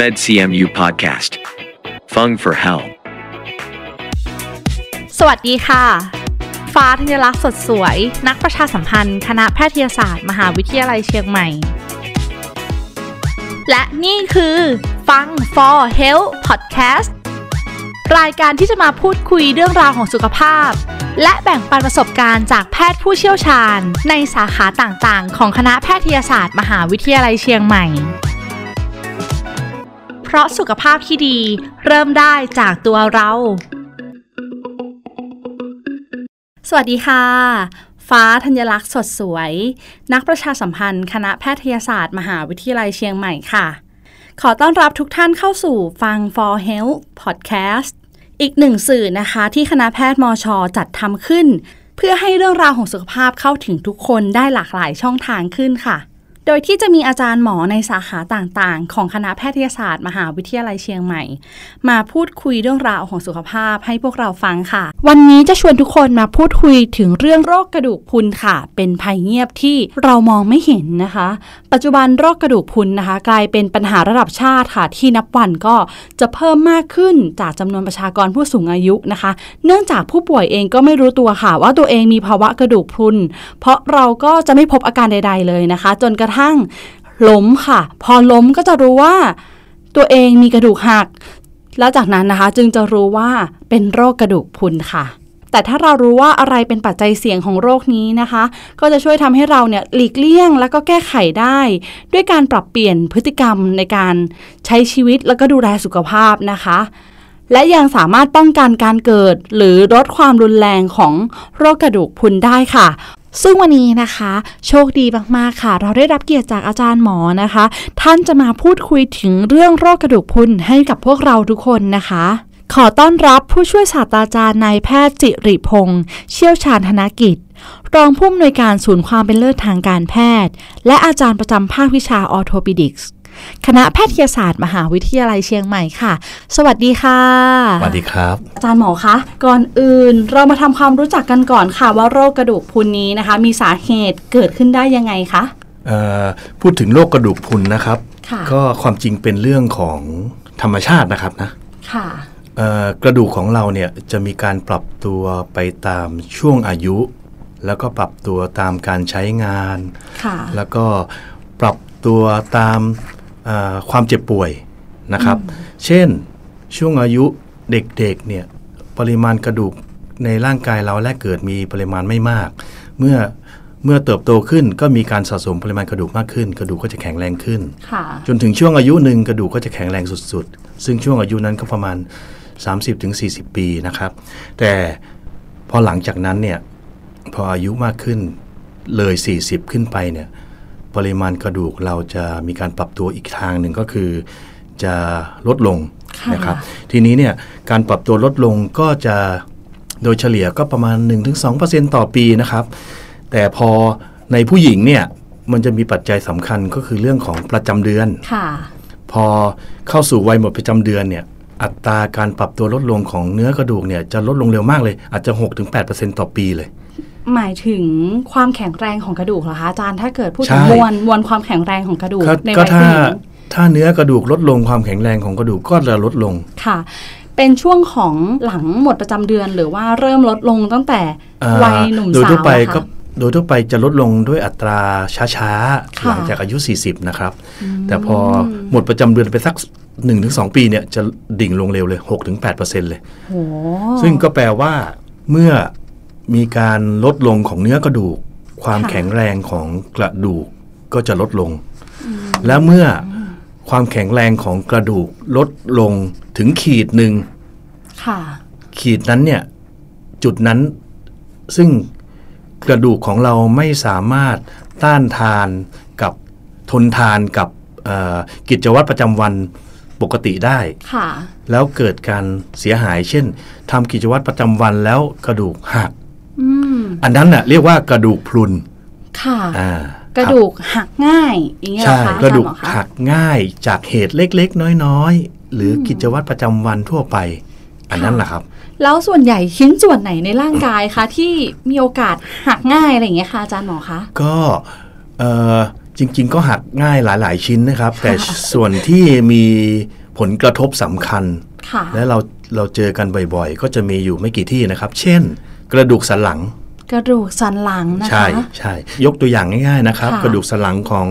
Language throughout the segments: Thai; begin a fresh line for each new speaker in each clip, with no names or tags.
MedCMU Podcast. Fung for Hell.
สวัสดีค่ะ ฟ้าธัญลักษณ์สดสวย นักประชาสัมพันธ์ คณะแพทยศาสตร์ มหาวิทยาลัยเชียงใหม่ และนี่คือฟัง for health podcast รายการที่จะมาพูดคุยเรื่องราวของสุขภาพ และแบ่งปันประสบการณ์จากแพทย์ผู้เชี่ยวชาญ ในสาขาต่างๆ ของคณะแพทยศาสตร์ มหาวิทยาลัยเชียงใหม่ เพราะสุขภาพที่ดีเริ่มได้จากตัวเรา สวัสดีค่ะ ฟ้าธัญลักษณ์สดสวย นักประชาสัมพันธ์ คณะแพทยศาสตร์ มหาวิทยาลัยเชียงใหม่ค่ะ ขอต้อนรับทุกท่านเข้าสู่ฟัง For Health Podcast อีกหนึ่งสื่อนะคะที่คณะแพทย์มอชอจัดทำขึ้น เพื่อให้เรื่องราวของสุขภาพเข้าถึงทุกคนได้หลากหลายช่องทางขึ้นค่ะ โดยที่จะมีอาจารย์หมอในสาขาต่างๆ ของคณะแพทยศาสตร์ มหาวิทยาลัยเชียงใหม่ มาพูดคุยเรื่องราวของสุขภาพให้พวกเราฟังค่ะ วันนี้จะชวนทุกคนมาพูดคุยถึงเรื่องโรคกระดูกพรุนค่ะ เป็นภัยเงียบที่เรามองไม่เห็นนะคะ ปัจจุบันโรคกระดูกพรุนนะคะ กลายเป็นปัญหาระดับชาติค่ะ ที่นับวันก็จะเพิ่มมากขึ้นจากจำนวนประชากรผู้สูงอายุนะคะ เนื่องจากผู้ป่วยเองก็ไม่รู้ตัวค่ะ ว่าตัวเองมีภาวะกระดูกพรุน เพราะเราก็จะไม่พบอาการใด ๆ เลยนะคะ จนกระทั่งล้มค่ะ พอล้มก็จะรู้ว่า ตัวเองมีกระดูกหัก แล้วจากนั้นนะคะจึงจะรู้ว่าเป็นโรคกระดูกพรุนค่ะ แต่ถ้าเรารู้ว่าอะไรเป็นปัจจัยเสี่ยงของโรคนี้นะคะ ก็จะช่วยทำให้เราเนี่ยหลีกเลี่ยงแล้วก็แก้ไขได้ ด้วยการปรับเปลี่ยนพฤติกรรมในการใช้ชีวิตแล้วก็ดูแลสุขภาพนะคะ และยังสามารถป้องกันการเกิด หรือลดความรุนแรงของโรคกระดูกพรุนได้ค่ะ ซึ่งวันนี้นะคะ โชคดีมากๆค่ะ เราได้รับเกียรติจากอาจารย์หมอนะคะ ท่านจะมาพูดคุยถึงเรื่องโรคกระดูกพรุนให้กับพวกเราทุกคนนะคะ ขอต้อนรับผู้ช่วยศาสตราจารย์นายแพทย์จิริพงศ์เชี่ยวชาญธนกิจ รองผู้อำนวยการศูนย์ความเป็นเลิศทางการแพทย์ และอาจารย์ประจำภาควิชาออร์โทปิดิกส์คณะแพทยศาสตร์ มหาวิทยาลัยเชียงใหม่ค่ะ สวัสดีค่ะ
สวัสดีครับ
อาจารย์หมอคะ ก่อนอื่นเรามาทำความรู้จักกันก่อนค่ะ ว่าโรคกระดูกพรุนนี้นะคะ มีสาเหตุเกิดขึ้นได้ยังไงคะ
เอ่อพูดถึงโรคกระดูกพรุนนะครับ
ค่ะ
ก็ความจริงเป็นเรื่องของธรรมชาตินะครับนะ
ค่ะ
เอ่อกระดูกของเราเนี่ยจะมีการปรับตัวไปตามช่วงอายุ แล้วก็ปรับตัวตามการใช้งาน
ค่ะ
แล้วก็ปรับตัวตามเอ่อความเจ็บป่วยนะครับ เช่นช่วงอายุเด็กๆเนี่ยปริมาณกระดูกในร่างกายเราแรกเกิดมีปริมาณไม่มาก เมื่อเมื่อเติบโตขึ้นก็มีการสะสมปริมาณกระดูกมากขึ้น กระดูกก็จะแข็งแรงขึ้น
ค่ะ
จนถึงช่วงอายุหนึ่งกระดูกก็จะแข็งแรงสุดๆ ซึ่งช่วงอายุนั้นก็ประมาณ 30-40 ปีนะครับ แต่พอหลังจากนั้นเนี่ยพออายุมากขึ้นเลย 40 ขึ้นไปเนี่ยปริมาณกระดูกเราจะมีการปรับตัวอีกทางหนึ่งก็คือจะลดลงนะครับ ทีนี้เนี่ยการปรับตัวลดลงก็จะโดยเฉลี่ยก็ประมาณ 1-2%ต่อปีนะครับ แต่พอในผู้หญิงเนี่ยมันจะมีปัจจัยสำคัญก็คือเรื่องของประจำเดือน
ค่ะ
พอเข้าสู่วัยหมดประจำเดือนเนี่ยอัตราการปรับตัวลดลงของเนื้อกระดูกเนี่ยจะลดลงเร็วมากเลย อาจจะ6-8%ต่อปีเลย
หมายถึงความแข็งแรงของกระดูกเหรอคะอาจารย์ ถ้าเกิดพูด
ใช่
ถึงมวลมวลความแข็งแรงของกระดูก
ก็
ใน
ก็
วัยผู้ห
ถ้า
ญิง
ถ้าเนื้อกระดูกลดลงความแข็งแรงของกระดูกก็จะลดลง
ค่ะ เป็นช่วงของหลังหมดประจำเดือน หรือว่าเริ่มลดลงตั้งแต่
เอ่อ
วัยหนุ่ม
โดย
สาว
ทั่วไป
อะค่ะ
ก็โดยทั่วไปจะลดลงด้วยอัตราช้าๆ
ค่ะ
หลังจากอายุ 40 นะครับ แต่พอหมดประจำเดือนไปสัก 1-2 ปีเนี่ยจะดิ่งลงเร็วเลย6-8%เลย
โอ้
ซึ่งก็แปลว่าเมื่อมีการลดลงของเนื้อกระดูก ความแข็งแรงของกระดูกก็จะลดลง และเมื่อความแข็งแรงของกระดูกลดลงถึงขีดหนึ่ง
ค่ะ
ขีดนั้นเนี่ยจุดนั้นซึ่งกระดูกของเราไม่สามารถต้านทานกับทนทานกับเอ่อกิจวัตรประจำวันปกติได้
ค่ะ
แล้วเกิดการเสียหาย เช่นทำกิจวัตรประจำวันแล้วกระดูกหัก
อืม
อันนั้นน่ะเรียกว่ากระดูกพรุน
ค่ะ
อ่าก ก
ระดูกหักง่ายอย่างเงี้ยเหร
ใช่
อคะ
กระดูก
อาจาย์หมอค
หักง่ายจากเหตุเล็กๆ น้อยๆ หรือกิจวัตรประจำวันทั่วไป อันนั้นแหละครับ
แล้วส่วนใหญ่ชิ้นส่วนไหนในร่างกายคะ ที่มีโอกาสหักง่ายอะไรอย่างเงี้ยคะอาจารย์หมอคะ
ก็เอ่อ จริง ๆ ก็หักง่ายหลาย ๆ ชิ้นนะครับ แต่ส่วนที่มีผลกระทบสำคัญ
ค่ะ
และเราเราเจอกันบ่อยๆ ก็จะมีอยู่ไม่กี่ที่นะครับ เช่น กระดูกสันหลัง
กระดูกสันหลังนะคะ
ใช่ใช่ยกตัวอย่างง่ายๆนะครับ
ค่ะ
กระดูกสันหลังของ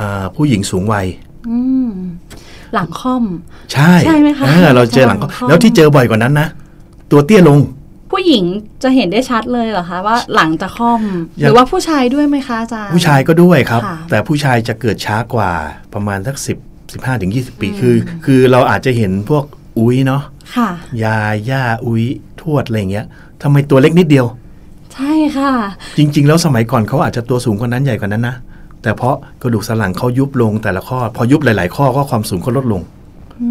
อาผู้หญิงสูงวัย
อืมหลังค่อม
ใช่
ใช่ไหมคะ
เออเราเจอหลัง
หลังค่อม
แล้วที่เจอบ่อยกว่านั้นนะ ตัวเตี้ยลง
ผู้หญิงจะเห็นได้ชัดเลยเหรอคะว่าหลังจะค่อม
อ
ห
ย่าง
รือว่าผู้ชายด้วยไหมคะอาจารย์
ผู้ชายก็ด้วยครับ
ค่ะ
แต่ผู้ชายจะเกิดช้ากว่าประมาณสัก10 15ถึง20 ปี คือ คือเราอาจจะเห็นพวกอุ้ยเนาะ
ค่ะ
ยาย่าอุ้ยทวดอะไรอย่างเงี้ยทำไมตัวเล็กนิดเดียว
ใช่ค่ะ
จริง ๆ แล้วสมัยก่อนเขาอาจจะตัวสูงกว่านั้นใหญ่กว่านั้นนะ แต่เพราะกระดูกสันหลังเขายุบลงแต่ละข้อ พอยุบหลาย ๆ ข้อก็ความสูงก็ลดลง
อื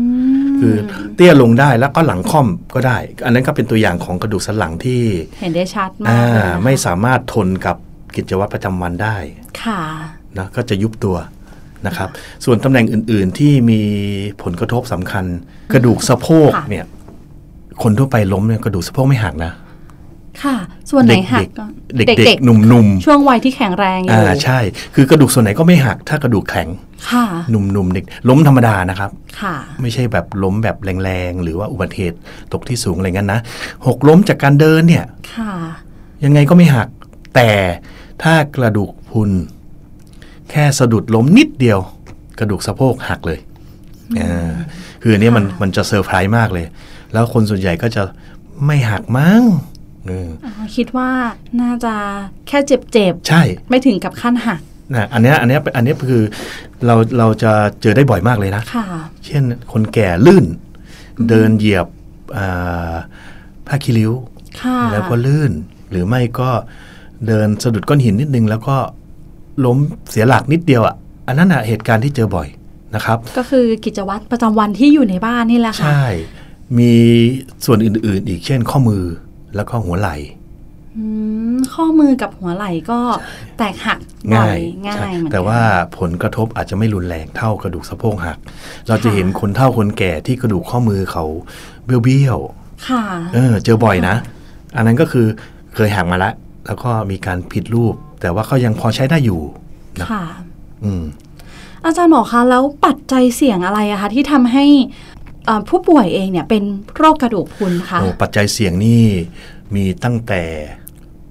ม
คือเตี้ยลงได้แล้วก็หลังค่อมก็ได้ อันนั้นก็เป็นตัวอย่างของกระดูกสันหลังที่
เห็นได้ชัดมาก
อ่า
เลยนะคะ
ไม่สามารถทนกับกิจวัตรประจำวันได้
ค่ะ
นะก็จะยุบตัวนะครับ ส่วนตำแหน่งอื่น ๆ ที่มีผลกระทบสำคัญ กระดูกสะโพก
ค่ะ
เนี่ย คนทั่วไปล้มเนี่ยกระดูกสะโพกไม่หักนะ
ค่ะ ส่วนไหนหัก
เด็ก
ก่อน
ๆเด็กๆหนุ่ม
ช่วงวัยที่แข็งแรงอ
ๆ
ยู่
อ่าใช่ คือกระดูกส่วนไหนก็ไม่หัก ถ้ากระดูกแข็ง
ค่ะ
หนุ่มๆเด็กล้มธรรมดานะครับ
ค่ะ
ไม่ใช่แบบล้มแบบแรงๆ หรือว่าอุบัติเหตุตกที่สูงอะไรเงี้ยนะหกล้มจากการเดินเนี่ย
ค่ะ
ยังไงก็ไม่หัก แต่ถ้ากระดูกพรุน แค่สะดุดล้มนิดเดียว กระดูกสะโพกหักเลยอ่าคืออันเนี้ยมันมันจะเซอร์ไพรส์มากเลย แล้วคนส่วนใหญ่ก็จะไม่หักมั้งเออ
คิดว่าน่าจะแค่เจ็บ
ใช่
ๆ ไม่ถึงกับขั้นหัก
นะอันเนี้ยอันเนี้ยอันเนี้ยคือเราเราจะเจอได้บ่อยมากเลยนะ
ค่ะ
เช่นคนแก่ลื่น เดินเหยียบอ่าผ้าคีริ้ว
ค่ะ
แล้วก็ลื่นหรือไม่ก็เดินสะดุดก้อนหินนิดนึง แล้วก็ล้มเสียหลักนิดเดียวอ่ะอันนั้นอ่ะเหตุการณ์ที่เจอบ่อยนะครับ
ก็คือกิจวัตรประจำวันที่อยู่ในบ้านนี่แหละค่ะ
ใช่ มีส่วนอื่นๆ อีกเช่นข้อมือแล้วก็หัวไหล่
อืมข้อมือกับหัวไหล่ก็แตกหักบ่อ
ง่าย
ง่า
ใช่
ยเหมือนกัน
แต่ว่าผลกระทบอาจจะไม่รุนแรงเท่ากระดูกสะโพกหัก เราจะ
ค่ะ
เห็นคนเฒ่าคนแก่ที่กระดูกข้อมือเขาเบี้ยวๆ
ค่ะ
เออเจอบ่อยนะ อันนั้นก็คือเคยหักมาแล้ว แล้วก็มีการผิดรูป แต่ว่าก็ยังพอใช้ได้อยู่นะ
ค่ะ
อืม
อาจารย์หมอคะแล้วปัจจัยเสี่ยงอะไรอะคะที่ทำให้เอ่อผู้ป่วยเองเนี่ยเป็นโรคกระดูกพรุนคะ
โอ้ปัจจัยเสี่ยงนี่มีตั้งแต่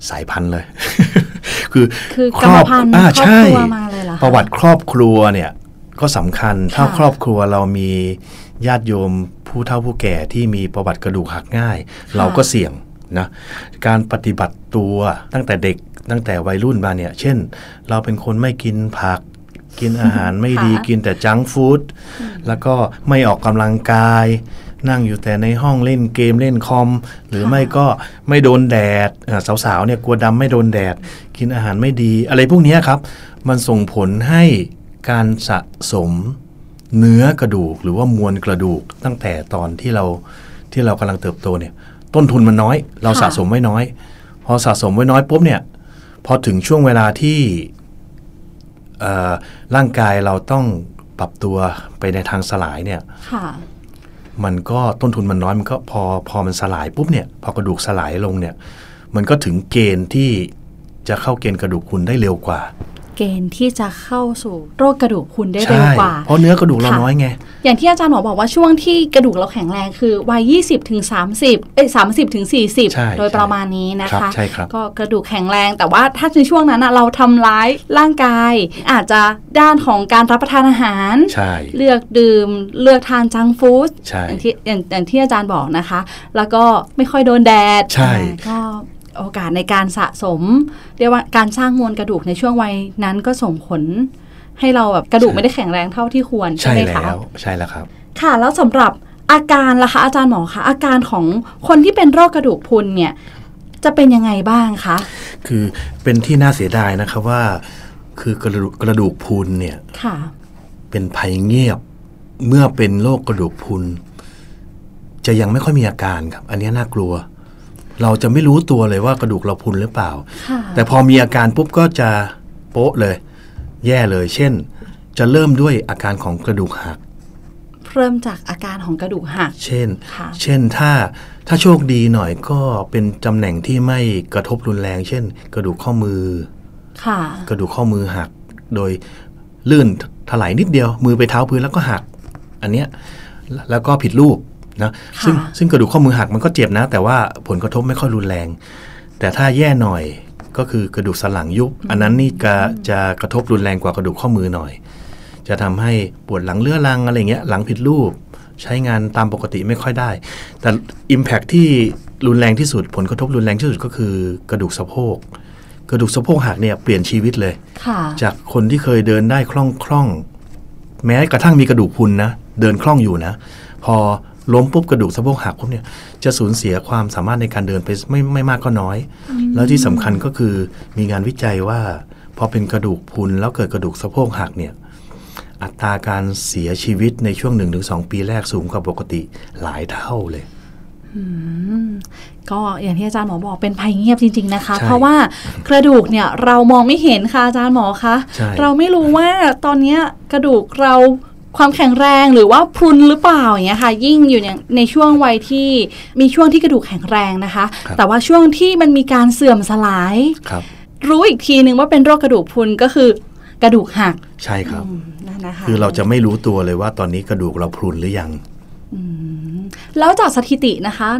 สายพันธุ์เลย คือ
คือกรรมพันธุ์
อ่า
ครอบ
ใช่
ครัวมาเลยเหรอคะ
ประวัติครอบครัวเนี่ยก็สำคัญ ถ้า
ค่ะ
ครอบครัวเรามีญาติโยมผู้เฒ่าผู้แก่ที่มีประวัติกระดูกหักง่าย เราก็เสี่ยงนะการปฏิบัติตัวตั้งแต่เด็กตั้งแต่วัยรุ่นมาเนี่ย เช่น เราเป็นคนไม่กินผัก กินอาหารไม่ดี
ค่ะ
กินแต่จังก์ฟู้ดแล้วก็ไม่ออกกำลังกาย นั่งอยู่แต่ในห้องเล่นเกมเล่นคอม หรือไม่ก็ไม่โดนแดดเอ่อสาวๆเนี่ยกลัวดำไม่โดนแดด กินอาหารไม่ดี อะไรพวกเนี้ยครับ มันส่งผลให้การสะสมเนื้อกระดูกหรือว่ามวลกระดูกตั้งแต่ตอนที่เราที่เรากำลังเติบโตเนี่ย ต้นทุนมันน้อย เรา
ค่ะ
สะสมไว้น้อย พอสะสมไว้น้อยปุ๊บเนี่ยพอถึงช่วงเวลาที่ เอ่อร่างกายเราต้องปรับตัวไปในทางสลายเนี่ย
ค่ะ
มันก็ต้นทุนมันน้อยมันก็พอพอมันสลายปุ๊บเนี่ย พอกระดูกสลายลงเนี่ย มันก็ถึงเกณฑ์ที่จะเข้าเกณฑ์กระดูกคุณได้เร็วกว่า
เกณฑ์ที่จะเข้าสู่โรคกระดูกพรุนได้เร็วกว่า
เพราะเนื้อกระดูกเรา
ค่ะ
น้อยไง
อย่างที่อาจารย์หมอบอกว่าช่วงที่กระดูกเราแข็งแรงคือวัย 20ถึง30เอ้ย30ถึง
ใช่
40 โดยประมาณนี้นะ
ครั
คะ
บใช่ครับ
ก็กระดูกแข็งแรง แต่ว่าถ้าในช่วงนั้นน่ะเราทำร้ายร่างกาย อาจจะด้านของการรับประทานอาหาร
ใช่
เลือกดื่มเลือกทานจังก์ฟู้ด
ใช่
อย่างที่อย่างอย่างที่อาจารย์บอกนะคะ แล้วก็ไม่ค่อยโดนแดด
ใช่
อ่าก็โอกาสในการสะสม เรียกว่าการสร้างมวลกระดูกในช่วงวัยนั้นก็ส่งผล ให้เราแบบกระดูกไม่ได้แข็งแรงเท่าที่ควรใช่
ใช่
ไหมคะ
แล้วใช่แล้วครับ
ค่ะ แล้วสำหรับอาการล่ะคะอาจารย์หมอคะอาการของคนที่เป็นโรคกระดูกพรุนเนี่ย จะเป็นยังไงบ้างคะ
คือเป็นที่น่าเสียดายนะครับว่า คือกระดูกกระดูกพรุนเนี่ย
ค่ะ
เป็นภัยเงียบเมื่อเป็นโรคกระดูกพรุน จะยังไม่ค่อยมีอาการครับ อันนี้น่ากลัว เราจะไม่รู้ตัวเลยว่ากระดูกเราพรุนหรือเปล่า
ค่ะ
แต่พอมีอาการปุ๊บก็จะโป๊ะเลย แย่เลย เช่น จะเริ่มด้วยอาการของกระดูกหัก
เริ่มจากอาการของกระดูกหัก
เช่น
ค่ะ
เช่นถ้าถ้าโชคดีหน่อยก็เป็นตำแหน่งที่ไม่กระทบรุนแรง เช่น กระดูกข้อมือ
ค่ะ
กระดูกข้อมือหัก โดย ลื่นถลายนิดเดียว มือไปเท้าพื้นแล้วก็หัก อันเนี้ยแล้วแล้วก็ผิดรูปนะซึ่งซึ่งกระดูกข้อมือหักมันก็เจ็บนะ แต่ว่าผลกระทบไม่ค่อยรุนแรง แต่ถ้าแย่หน่อยก็คือกระดูกสันหลังยุบ อันนั้นนี่จะจะกระทบรุนแรงกว่ากระดูกข้อมือหน่อย จะทำให้ปวดหลังเลื้อรังอะไรเงี้ยหลังผิดรูป ใช้งานตามปกติไม่ค่อยได้ แต่ Impact ที่รุนแรงที่สุดผลกระทบรุนแรงที่สุดก็คือกระดูกสะโพก กระดูกสะโพกหักเนี่ยเปลี่ยนชีวิตเลย
ค่ะ
จากคนที่เคยเดินได้คล่องคล่องๆแม้กระทั่งมีกระดูกพรุนนะ เดินคล่องอยู่นะ พอล้มปุ๊บกระดูกสะโพกหักปุ๊บเนี่ยจะสูญเสียความสามารถในการเดินไปไม่ไม่มากก็น้อย แล้วที่สำคัญก็คือมีงานวิจัยว่าพอเป็นกระดูกพรุนแล้วเกิดกระดูกสะโพกหักเนี่ย อัตราการเสียชีวิตในช่วง 1-2 ปีแรกสูงกว่าปกติหลายเท่าเลย
ก็อย่างที่อาจารย์หมอบอกเป็นภัยเงียบจริง ๆนะคะ
ใช่
เพราะว่ากระดูกเนี่ยเรามองไม่เห็นค่ะอาจารย์หมอคะ
ใช่
เราไม่รู้ว่าตอนเนี้ยกระดูกเราความแข็งแรงหรือว่าพรุนหรือเปล่าอย่างเงี้ยค่ะ ยิ่งอยู่ในในช่วงวัยที่มีช่วงที่กระดูกแข็งแรงนะคะ แต่ว่าช่วงที่มันมีการเสื่อมสลาย
ครับ
รู้อีกทีนึงว่าเป็นโรคกระดูกพรุนก็คือกระดูกหัก
ใช่ครับ
นั่นนะคะ
คือเราจะไม่รู้ตัวเลยว่าตอนนี้กระดูกเราพรุนหรือยัง
แล้วจากสถิตินะคะ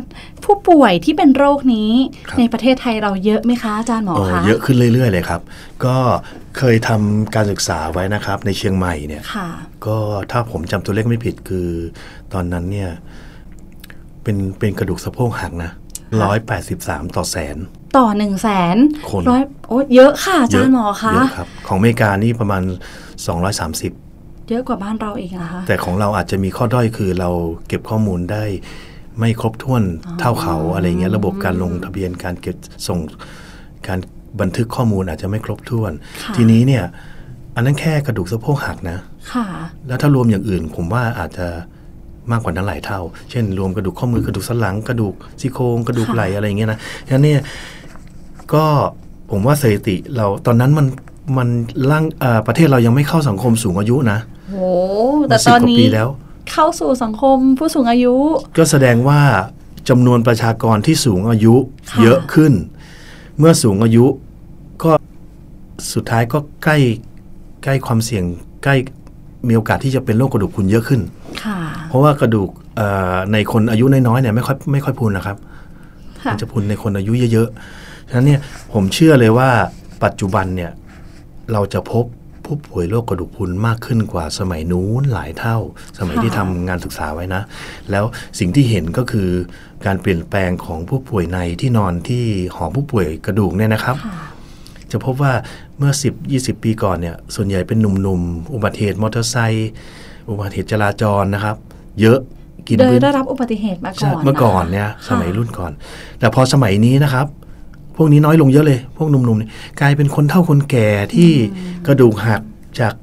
ผู้ป่วยที่เป็นโรคนี้
ครับ
ในประเทศไทยเราเยอะไหมคะอาจารย์หมอ
โอ้
คะ
เยอะขึ้นเรื่อย ๆ เลยครับ ก็เคยทำการศึกษาไว้นะครับ ในเชียงใหม่เนี่ย
ค่ะ
ก็ถ้าผมจำตัวเลขไม่ผิดคือตอนนั้นเนี่ย เป็นเป็นกระดูกสะโพกหักนะร้อยแปดสิบสามต่อแสน
ต่อหนึ่งแสน
คน
ร้อยโอ้เยอะค่ะอาจารย์หมอคะ
เยอะครับ ของอเมริกานี่ประมาณ 230
เยอะกว่าบ้านเราเองนะคะ
แต่ของเราอาจจะมีข้อด้อยคือเราเก็บข้อมูลได้ไม่ครบถ้วนเท่าเขาอะไรเงี้ยระบบการลงทะเบียนการเก็บส่งการบันทึกข้อมูลอาจจะไม่ครบถ้วน
ค่ะ
ทีนี้เนี่ย อันนั้นแค่กระดูกสะโพกหักนะ
ค่ะ
แล้วถ้ารวมอย่างอื่น ผมว่าอาจจะมากกว่านั้นหลายเท่า เช่น รวมกระดูกข้อมือกระดูกสันหลัง กระดูกซี่โครงกระดูก
ค่ะ
ไหล่อะไรอย่างเงี้ยนะฉะนั้นเนี่ยก็ผมว่าสถิติเราตอนนั้นมันมันร่างเอ่อประเทศเรายังไม่เข้าสังคมสูงอายุนะ
โหแต่
สิ
ต
บ
อน
กว่า
นี้
ปีแล้ว
เข้าสู่สังคมผู้สูงอายุ
ก็แสดงว่าจำนวนประชากรที่สูงอายุ
ค่ะ
เยอะขึ้น เมื่อสูงอายุก็สุดท้ายก็ใกล้ใกล้ความเสี่ยงใกล้มีโอกาสที่จะเป็นโรคกระดูกพรุนเยอะขึ้น
ค่ะ
เพราะว่ากระดูกเอ่อในคนอายุน้อยๆเนี่ยไม่ค่อยไม่ค่อยพรุนนะครับ
ค่ะ
มันจะพรุนในคนอายุเยอะๆ ฉะนั้นเนี่ยผมเชื่อเลยว่าปัจจุบันเนี่ยเราจะพบผู้ป่วยโรคกระดูกพรุนมากขึ้นกว่าสมัยนู้นหลายเท่า สมัยที่ทำงานศึกษาไว้นะ แล้วสิ่งที่เห็นก็คือการเปลี่ยนแปลงของผู้ป่วยในที่นอนที่หอผู้ป่วยกระดูกเนี่ยนะครับ จะพบว่าเมื่อ 10 20 ปีก่อนเนี่ย ส่วนใหญ่เป็นหนุ่มๆ อุบัติเหตุมอเตอร์ไซค์อุบัติเหตุจราจรนะครับ เยอะกิน
โดย
พื้น
ได้รับอุบัติเหตุมาก่
ใช่
อน
เมื่อก่อนะคะ เนี่ยสมัย
ค่ะ
รุ่นก่อน แต่พอสมัยนี้นะครับ พวกนี้น้อยลงเยอะเลย พวกหนุ่มๆเนี่ยกลายเป็นคนเท่าคนแก่ที่กระดูกหักจาก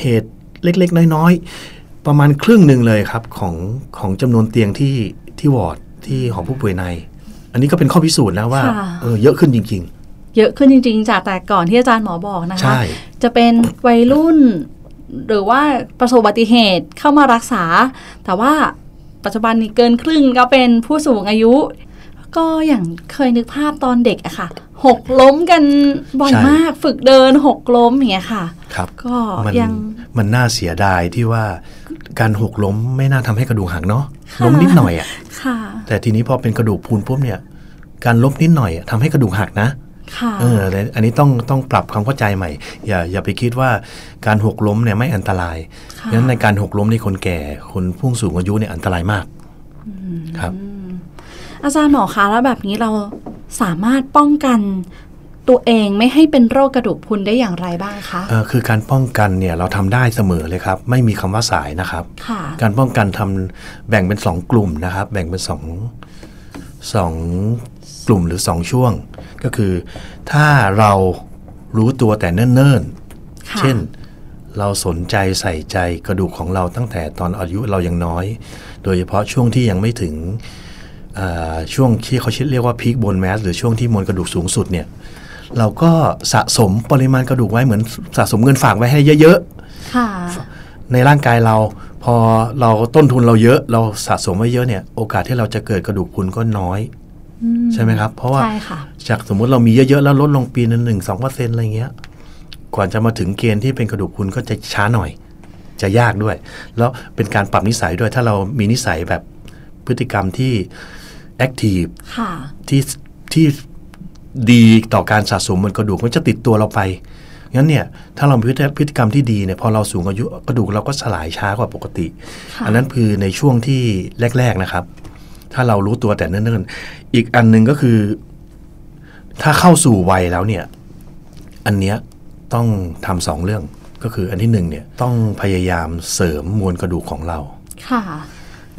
เหตุเล็กๆ น้อยๆ ประมาณครึ่งหนึ่งเลยครับของของจำนวนเตียงที่ที่วอร์ดที่หอผู้ป่วยใน อันนี้ก็เป็นข้อพิสูจน์นะว่าเออเยอะขึ้นจริง
เยอะขึ้นจริง ๆ จากแต่ก่อนที่อาจารย์หมอบอกนะ
ๆ
คะ
ใช่
จะเป็นวัยรุ่น หรือว่าประสบอุบัติเหตุเข้ามารักษา แต่ว่าปัจจุบันนี้เกินครึ่งก็เป็นผู้สูงอายุ ก็อย่างเคยนึกภาพตอนเด็กอะค่ะ หกล้มกันบ่อย
ใช่
มากฝึกเดินหกล้มอย่างเงี้ยค่ะ
ครับ
ก็
มัน
ยัง
มันน่าเสียดายที่ว่าการหกล้มไม่น่าทำให้กระดูกหักเนาะ
ค่ะ
ล้มนิดหน่อยอ่ะ
ค่ะ
แต่ทีนี้พอเป็นกระดูกพรุนปุ๊บเนี่ย การลบนิดหน่อยอะทำให้กระดูกหักนะ
ค่ะ
เออแต่อันนี้ต้องต้องปรับความเข้าใจใหม่ อย่าอย่าไปคิดว่าการหกล้มเนี่ยไม่อันตราย
ค่ะ
งั้นในการหกล้มในคนแก่ คนผู้สูงอายุเนี่ยอันตรายมากครับ
อาจารย์หมอคะแล้วแบบนี้เราสามารถป้องกันตัวเองไม่ให้เป็นโรคกระดูกพรุนได้อย่างไรบ้างคะ
เอ่อคือการป้องกันเนี่ยเราทำได้เสมอเลยครับ ไม่มีคำว่าสายนะครับ
ค่ะ
การป้องกันทำแบ่งเป็นสองกลุ่มนะครับ แบ่งเป็นสองสองกลุ่มหรือสองช่วง ก็คือถ้าเรารู้ตัวแต่เนิ่น
ค่ะ
ๆ เช่นเราสนใจใส่ใจกระดูกของเราตั้งแต่ตอนอายุเรายังน้อย โดยเฉพาะช่วงที่ยังไม่ถึงเอ่อช่วงที่เขาเรียกว่าพีคบนแมสหรือช่วงที่มวลกระดูกสูงสุดเนี่ยเราก็สะสมปริมาณกระดูกไว้เหมือนสะสมเงินฝากไว้ให้เยอะๆ
ค่ะ
ในร่างกายเราพอเราต้นทุนเราเยอะ เราสะสมไว้เยอะเนี่ยโอกาสที่เราจะเกิดกระดูกพรุนก็น้อย ใช่ไหมครับ เพราะว่า
ใช่ค่ะ
จากสมมุติเรามีเยอะๆแล้วลดลงปีนึงหนึ่งสองเปอร์เซ็นต์อะไรเงี้ย กว่าจะมาถึงเกณฑ์ที่เป็นกระดูกพรุนก็จะช้าหน่อย จะยากด้วย แล้วเป็นการปรับนิสัยด้วยถ้าเรามีนิสัยแบบพฤติกรรมที่แอคทีฟ
ค่ะ
ที่ที่ดีต่อการสะสมบนกระดูกมันจะติดตัวเราไป งั้นเนี่ย ถ้าเรามีพฤติพฤติกรรมที่ดีเนี่ยพอเราสูงอายุกระดูกเราก็สลายช้ากว่าปกติ
ค่ะ
อันนั้นคือในช่วงที่แรก ๆนะครับ ถ้าเรารู้ตัวแต่เนิ่นๆ อีกอันหนึ่งก็คือ ถ้าเข้าสู่วัยแล้วเนี่ย อันเนี้ยต้องทำสองเรื่องก็คืออันที่หนึ่งเนี่ยต้องพยายามเสริมมวลกระดูกของเรา
ค่ะ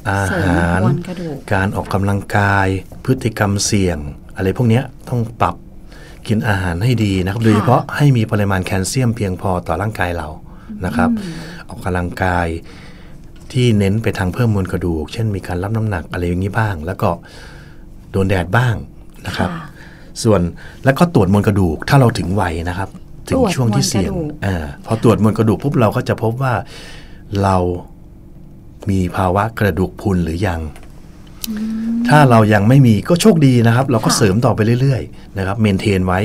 อา
เสริม
หาร
มวลกระดูก
การออกกำลังกาย พฤติกรรมเสี่ยง อะไรพวกเนี้ยต้องปรับกินอาหารให้ดีนะครับ โดยเฉพาะให้มีปริมาณแคลเซียมเพียงพอต่อร่างกายเรานะครับ ออกกำลังกายที่เน้นไปทางเพิ่มมวลกระดูก เช่นมีการรับน้ำหนักอะไรอย่างนี้บ้าง แล้วก็โดนแดดบ้างนะครับ
ค่ะ
ส่วนแล้วก็ตรวจมวลกระดูกถ้าเราถึงวัยนะครับ ถึงช่วงที่เสี่ยง
ตรวจมวลกระดูก
อาพอตรวจมวลกระดูกปุ๊บเราก็จะพบว่าเรามีภาวะกระดูกพรุนหรือยัง ถ้าเรายังไม่มีก็โชคดีนะครับ เราก็เสริมต่อไปเรื่อยๆนะครับเมนเทนไว้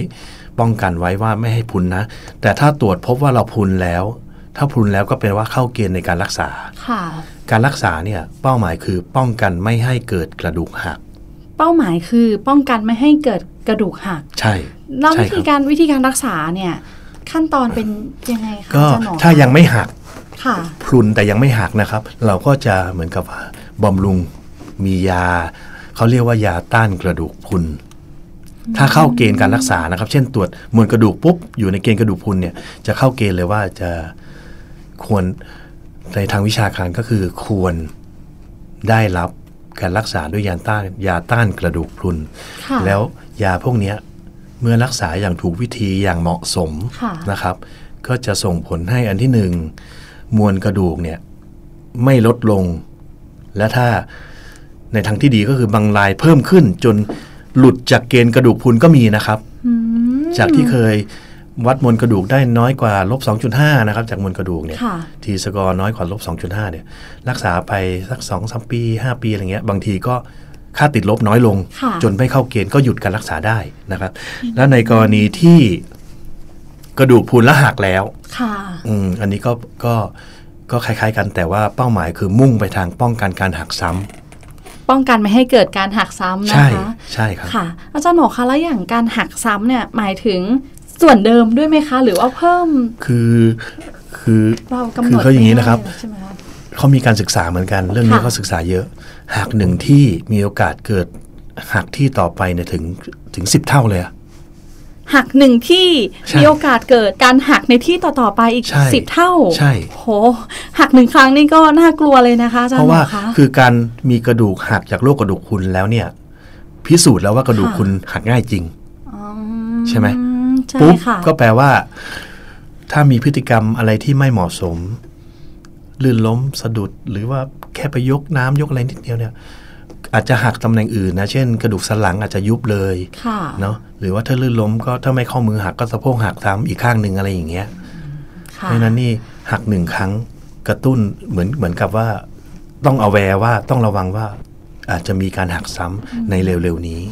ป้องกันไว้ว่าไม่ให้พรุนนะ แต่ถ้าตรวจพบว่าเราพรุนแล้ว ถ้าพรุนแล้วก็เป็นว่าเข้าเกณฑ์ในการรักษา
ค่ะ
การรักษาเนี่ยเป้าหมายคือป้องกันไม่ให้เกิดกระดูกหัก
เป้าหมายคือป้องกันไม่ให้เกิดกระดูกหัก
ใช่
แล้ว
ใช่
วิ
ค
ธี
รับ
การวิธีการรักษาเนี่ย ขั้นตอนเป็นยังไงคะ
ก็
อาจารย์หมอ
ถ้ายังไม่หัก
ค่ะ
พรุนแต่ยังไม่หักนะครับ เราก็จะเหมือนกับว่าบำรุงมียา เขาเรียกว่ายาต้านกระดูกพรุน ถ้าเข้าเกณฑ์การรักษานะครับ เช่นตรวจมวลกระดูกปุ๊บอยู่ในเกณฑ์กระดูกพรุนเนี่ยจะเข้าเกณฑ์เลยว่าจะควรในทางวิชาการก็คือควรได้รับการรักษาด้วยยาต้านยาต้านกระดูกพรุน
ค่ะ
แล้วยาพวกเนี้ยเมื่อรักษาอย่างถูกวิธีอย่างเหมาะสม
ค่ะ
นะครับ ก็จะส่งผลให้อันที่หนึ่งมวลกระดูกเนี่ยไม่ลดลง และถ้าในทางที่ดีก็คือบางรายเพิ่มขึ้น จนหลุดจากเกณฑ์กระดูกพรุนก็มีนะครับ
อืม
จากที่เคยวัดมวลกระดูกได้น้อยกว่าลบ2.5นะครับจากมวลกระดูกเนี่ย
ค่ะ
ทีสกอร์น้อยกว่าลบ 2.5 เนี่ย รักษาไปสัก2อสปี 5 ปีอะไรเงี้ย บางทีก็ค่าติดลบน้อยลง
ค่ะ
จนไม่เข้าเกณฑ์ก็หยุดการรักษาได้นะครับ แล้วในกรณีที่กระดูกพรุนและหักแล้ว
ค่ะ
อืมอันนี้ก็ก็ก็คล้ายๆกันแต่ว่าเป้าหมายคือมุ่งไปทางป้องกันการหักซ้ำ
ป้องกันไม่ให้เกิดการหักซ้ำนะ
ใช่
คะ
ใช่ครับ
ค่ะ อาจารย์หมอคะแล้วอย่างการหักซ้ำเนี่ยหมายถึงส่วนเดิมด้วยไหมคะ หรือว่าเพิ่ม
คือคือ
เรากำหนด
คือเขาอย่างนี้นะครับ
ไม่ได้เลยใช่ไหมคะ
เขามีการศึกษาเหมือนกัน เรื่องนี้
ค่ะ
เขาศึกษาเยอะ หากหนึ่งที่มีโอกาสเกิดหักที่ต่อไปเนี่ยถึงถึงสิบเท่าเลยอะ
หักหนึ่งที่
ใช่
มีโอกาสเกิดการหักในที่ต่อๆไปอีก
ใช่
สิบเท่า
ใช่
โหหักหนึ่งครั้งนี่ก็น่ากลัวเลยนะคะอาจาร
เพ
ย์
ราะ
หม
ว่า
อคะ
คือการมีกระดูกหักจากโรคกระดูกคุณแล้วเนี่ย พิสูจน์แล้วว่ากระดูก
ค่ะ
คุณหักง่ายจริง
อื
ใช่ไหม
ใช่
ปุ๊บ
ค่ะ
ก็แปลว่า ถ้ามีพฤติกรรมอะไรที่ไม่เหมาะสม ลื่นล้มสะดุดหรือว่าแค่ไปยกน้ำยกอะไรนิดเดียวเนี่ย อาจจะหักตำแหน่งอื่นนะเช่น กระดูกสันหลังอาจจะยุบเลย
ค่ะ
เนาะหรือว่าถ้าลื่นล้มก็ถ้าไม่ข้อมือหักก็สะโพกหักตามอีกข้างหนึ่งอะไรอย่างเงี้ย เพ
ค่ะ
ราะฉะนั้นนี่หักหนึ่งครั้งกระตุ้นเหมือนเหมือนกับว่า ต้องเอาแวร์ว่าต้องระวังว่า อาจจะมีการหักซ้ำในเร็วๆนี้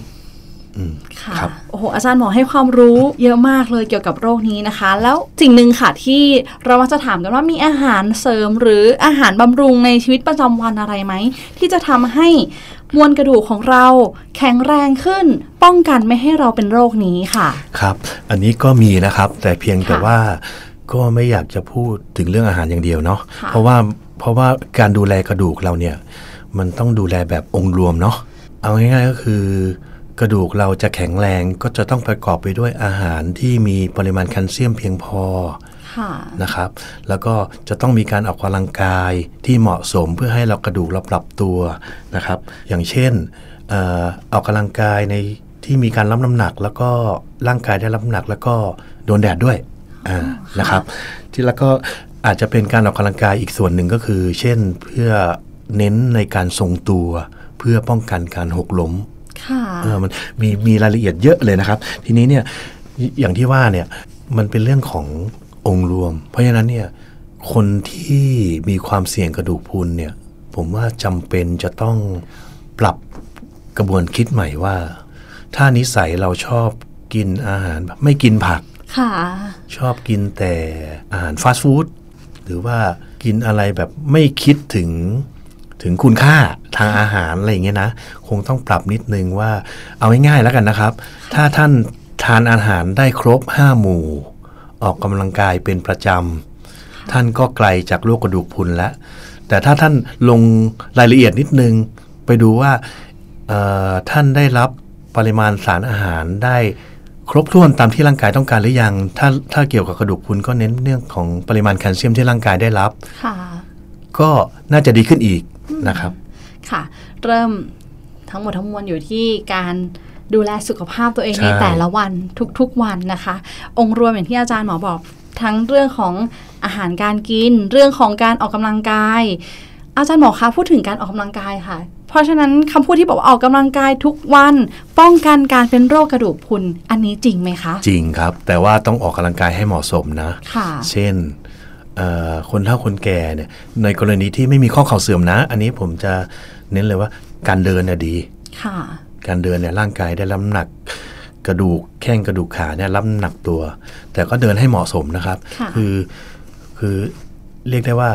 อืม
ค่ะ
ครับ
โอ้โหอาจารย์หมอให้ความรู้เยอะมากเลยเกี่ยวกับโรคนี้นะคะ แล้วสิ่งหนึ่งค่ะที่เรามักจะถามกันว่ามีอาหารเสริมหรืออาหารบำรุงในชีวิตประจำวันอะไรไหม ที่จะทำให้มวลกระดูกของเราแข็งแรงขึ้น ป้องกันไม่ให้เราเป็นโรคนี้ค่ะ
ครับ อันนี้ก็มีนะครับ แต่เพียงแต่
ค่ะ
ว่าก็ไม่อยากจะพูดถึงเรื่องอาหารอย่างเดียวเนาะ
ค่ะ
เพราะว่าเพราะว่าการดูแลกระดูกเราเนี่ย มันต้องดูแลแบบองค์รวมเนาะเอาง่ายๆก็คือ กระดูกเราจะแข็งแรงก็จะต้องประกอบไปด้วยอาหารที่มีปริมาณแคลเซียมเพียงพอ
ค่ะ
นะครับ แล้วก็จะต้องมีการออกกำลังกายที่เหมาะสมเพื่อให้เรากระดูกเราปรับตัวนะครับ อย่างเช่นเอ่อออกกำลังกายในที่มีการรับน้ำหนัก แล้วก็ร่างกายได้รับน้ำหนัก แล้วก็โดนแดดด้วยอ่านะครับ ที่แล้วก็อาจจะเป็นการออกกำลังกายอีกส่วนหนึ่งก็คือ เช่นเพื่อเน้นในการทรงตัว เพื่อป้องกันการหกล้ม
ค่ะ
เออมันมีมีรายละเอียดเยอะเลยนะครับ ทีนี้เนี่ยอยอย่างที่ว่าเนี่ยมันเป็นเรื่องขององค์รวม เพราะฉะนั้นเนี่ยคนที่มีความเสี่ยงกระดูกพรุนเนี่ยผมว่าจำเป็นจะต้องปรับกระบวนคิดใหม่ว่า ถ้านิสัยเราชอบกินอาหารแบบไม่กินผัก
ค่ะ
ชอบกินแต่อาหารฟาสต์ฟู้ดหรือว่ากินอะไรแบบไม่คิดถึงถึงคุณค่าทางอาหารอะไรอย่างเงี้ยนะ คงต้องปรับนิดนึงว่าเอาง่ายๆแล้วกันนะครับ ถ้าท่านทานอาหารได้ครบ 5 หมู่ ออกกำลังกายเป็นประจำ ท่านก็ไกลจากโรคกระดูกพรุนแล้ว แต่ถ้าท่านลงรายละเอียดนิดนึง ไปดูว่าเอ่อท่านได้รับปริมาณสารอาหารได้ครบถ้วนตามที่ร่างกายต้องการหรือยัง ถ้าถ้าเกี่ยวกับกระดูกพรุนก็เน้นเรื่องของปริมาณแคลเซียมที่ร่างกายได้รับ
ค่ะ
ก็น่าจะดีขึ้นอีกนะครับ
ค่ะ เริ่มทั้งหมดทั้งมวลอยู่ที่การดูแลสุขภาพตัวเอง
ใช่
ในแต่ละวันทุกๆวันนะคะ องค์รวมอย่างที่อาจารย์หมอบอก ทั้งเรื่องของอาหารการกิน เรื่องของการออกกำลังกาย อาจารย์หมอคะพูดถึงการออกกำลังกายค่ะ เพราะฉะนั้นคำพูดที่บอกว่าออกกำลังกายทุกวัน ป้องกันการเป็นโรคกระดูกพรุนอันนี้จริงไหมคะ
จริงครับ แต่ว่าต้องออกกำลังกายให้เหมาะสมนะ
ค่ะ
เช่นเอ่อคนเฒ่าคนแก่เนี่ยในกรณีที่ไม่มีข้อเข่าเสื่อมนะ อันนี้ผมจะเน้นเลยว่าการเดินน่ะดี
ค่ะ
การเดินเนี่ยร่างกายได้รับน้ำหนัก กระดูกแข้งกระดูกขาเนี่ยรับน้ำหนักตัว แต่ก็เดินให้เหมาะสมนะครับ
ค่ะ
อคือเรียกได้ว่า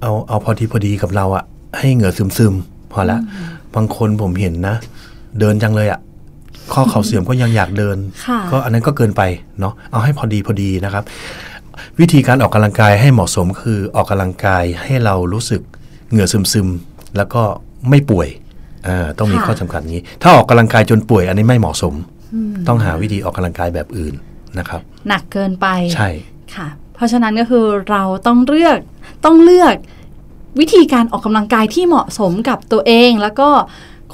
เอาเอาพอดีพอดีกับเราอะให้เหงื่อซึมซึมๆพอละบางคนผมเห็นนะ เดินจังเลยอะข้อเข่าเสื่อมก็ยังอยากเดิน
ค่ะ
ก็อันนั้นก็เกินไปเนาะเอาให้พอดีพอดีนะครับ วิธีการออกกำลังกายให้เหมาะสมคือออกกำลังกายให้เรารู้สึกเหงื่อซึมซึมๆแล้วก็ไม่ป่วยอ่าต้องมี
ค่ะ
ข้อจำกัดอย่างนี้ ถ้าออกกำลังกายจนป่วยอันนี้ไม่เหมาะสม ต้องหาวิธีออกกำลังกายแบบอื่นนะครับ
หนักเกินไป
ใช่
ค่ะ เพราะฉะนั้นก็คือเราต้องเลือกต้องเลือกวิธีการออกกำลังกายที่เหมาะสมกับตัวเอง แล้วก็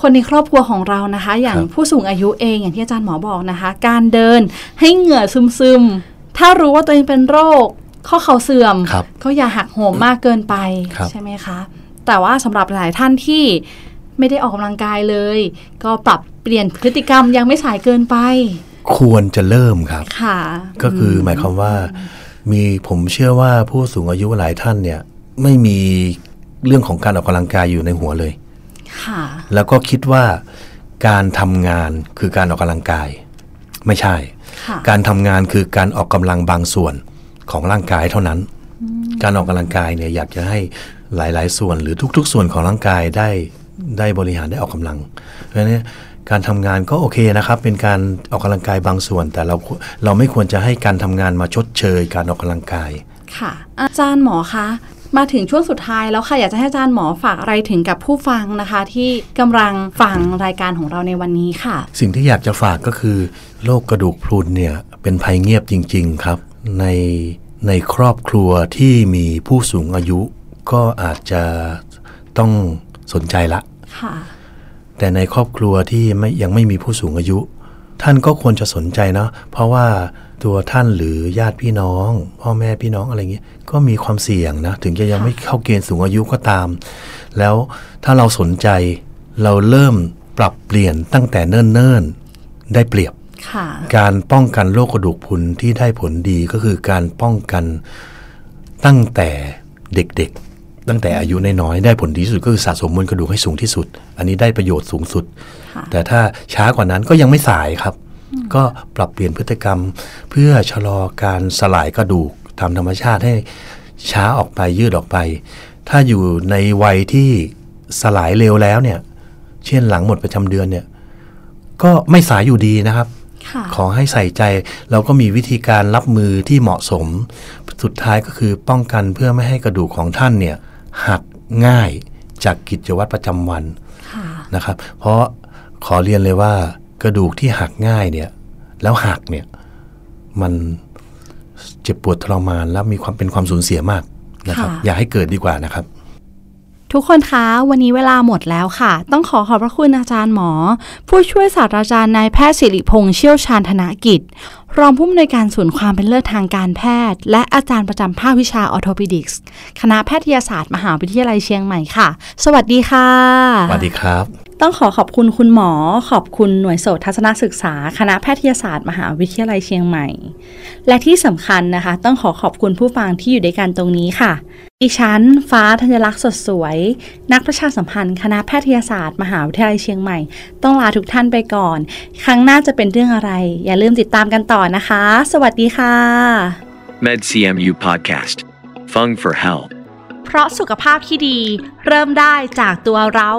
คนในครอบครัวของเรานะคะ อย่างผู้สูงอายุเองอย่างที่อาจารย์หมอบอกนะคะ การเดินให้เหงื่อซึมซึมๆถ้ารู้ว่าตัวเองเป็นโรค ข้อเข่าเสื่อม
ครับ
ก็อย่าหักโหมมากเกินไป
ครับ
ใช่ไหมคะ แต่ว่าสำหรับหลายท่านที่ไม่ได้ออกกำลังกายเลย ก็ปรับเปลี่ยนพฤติกรรมยังไม่สายเกินไป
ควรจะเริ่มครับ
ค่ะ
ก็คือหมายความว่ามีผมเชื่อว่าผู้สูงอายุหลายท่านเนี่ยไม่มีเรื่องของการออกกำลังกายอยู่ในหัวเลย
ค่ะ
แล้วก็คิดว่าการทำงานคือการออกกำลังกาย ไม่ใช่
ค่ะ
การทำงานคือการออกกำลังบางส่วนของร่างกายเท่านั้น การออกกำลังกายเนี่ยอยากจะให้หลาย ๆ ส่วนหรือทุก ๆ ส่วนของร่างกายได้ได้บริหารได้ออกกำลัง เพราะฉะนั้นเนี่ยการทำงานก็โอเคนะครับ เป็นการออกกำลังกายบางส่วน แต่เราเราไม่ควรจะให้การทำงานมาชดเชย การออกกำลังกาย
ค่ะ อาจารย์หมอคะมาถึงช่วงสุดท้ายแล้วค่ะ อยากจะให้อาจารย์หมอฝากอะไรถึงกับผู้ฟังนะคะ ที่กำลังฟังรายการของเราในวันนี้ค่ะ
สิ่งที่อยากจะฝากก็คือโรคกระดูกพรุนเนี่ยเป็นภัยเงียบจริง ๆ ครับ ในในครอบครัวที่มีผู้สูงอายุ ก็อาจจะต้องสนใจละ
ค่ะ
แต่ในครอบครัวที่ไม่ยังไม่มีผู้สูงอายุ ท่านก็ควรจะสนใจเนาะเพราะว่าตัวท่านหรือญาติพี่น้อง พ่อแม่พี่น้องอะไรเงี้ยก็มีความเสี่ยงนะ ถึงจะยังไม่เข้าเกณฑ์สูงอายุก็ตาม แล้วถ้าเราสนใจเราเริ่มปรับเปลี่ยนตั้งแต่เนิ่นๆ ได้เปรียบ
ค่ะ
การป้องกันโรคกระดูกพรุนที่ได้ผลดีก็คือการป้องกันตั้งแต่เด็กๆ ตั้งแต่อายุน้อยๆได้ผลดีที่สุดก็คือสะสมมวลกระดูกให้สูงที่สุด อันนี้ได้ประโยชน์สูงสุด
ค่ะ
แต่ถ้าช้ากว่านั้นก็ยังไม่สายครับ ก็ปรับเปลี่ยนพฤติกรรม เพื่อชะลอการสลายกระดูกตามธรรมชาติให้ช้าออกไปยืดออกไป ถ้าอยู่ในวัยที่สลายเร็วแล้วเนี่ย เช่นหลังหมดประจำเดือนเนี่ย ก็ไม่สายอยู่ดีนะครับ
ค่ะ
ขอให้ใส่ใจเราก็มีวิธีการรับมือที่เหมาะสม สุดท้ายก็คือป้องกันเพื่อไม่ให้กระดูกของท่านเนี่ยหักง่ายจากกิจวัตรประจำวัน
ค่ะ
นะครับ เพราะขอเรียนเลยว่ากระดูกที่หักง่ายเนี่ยแล้วหักเนี่ยมันเจ็บปวดทรมานและมีความเป็นความสูญเสียมากนะครับ
ค่ะ
อย่าให้เกิดดีกว่านะครับ
ทุกคนคะ วันนี้เวลาหมดแล้วค่ะ ต้องขอขอบพระคุณอาจารย์หมอ ผู้ช่วยศาสตราจารย์นายแพทย์สิริพงษ์เชี่ยวชาญธนกิจ รองผู้อำนวยการศูนย์ความเป็นเลิศทางการแพทย์ และอาจารย์ประจำภาควิชาออร์โทปิดิกส์คณะแพทยศาสตร์มหาวิทยาลัยเชียงใหม่ค่ะ สวัสดีค่ะ
สวัสดีครับ
ต้องขอขอบคุณคุณหมอ ขอบคุณหน่วยโสตทัศนศึกษา คณะแพทยศาสตร์ มหาวิทยาลัยเชียงใหม่ และที่สำคัญนะคะ ต้องขอขอบคุณผู้ฟังที่อยู่ด้วยกันตรงนี้ค่ะดิฉัน ฟ้าธัญลักษณ์สดสวย นักประชาสัมพันธ์ คณะแพทยศาสตร์ มหาวิทยาลัยเชียงใหม่ ต้องลาทุกท่านไปก่อน ครั้งหน้าจะเป็นเรื่องอะไร อย่าลืมติดตามกันต่อ ต่อนะคะ สวัสดีค่ะ
MedCMU Podcast. Fung for Health.
เพราะสุขภาพที่ดี เริ่มได้จากตัวเรา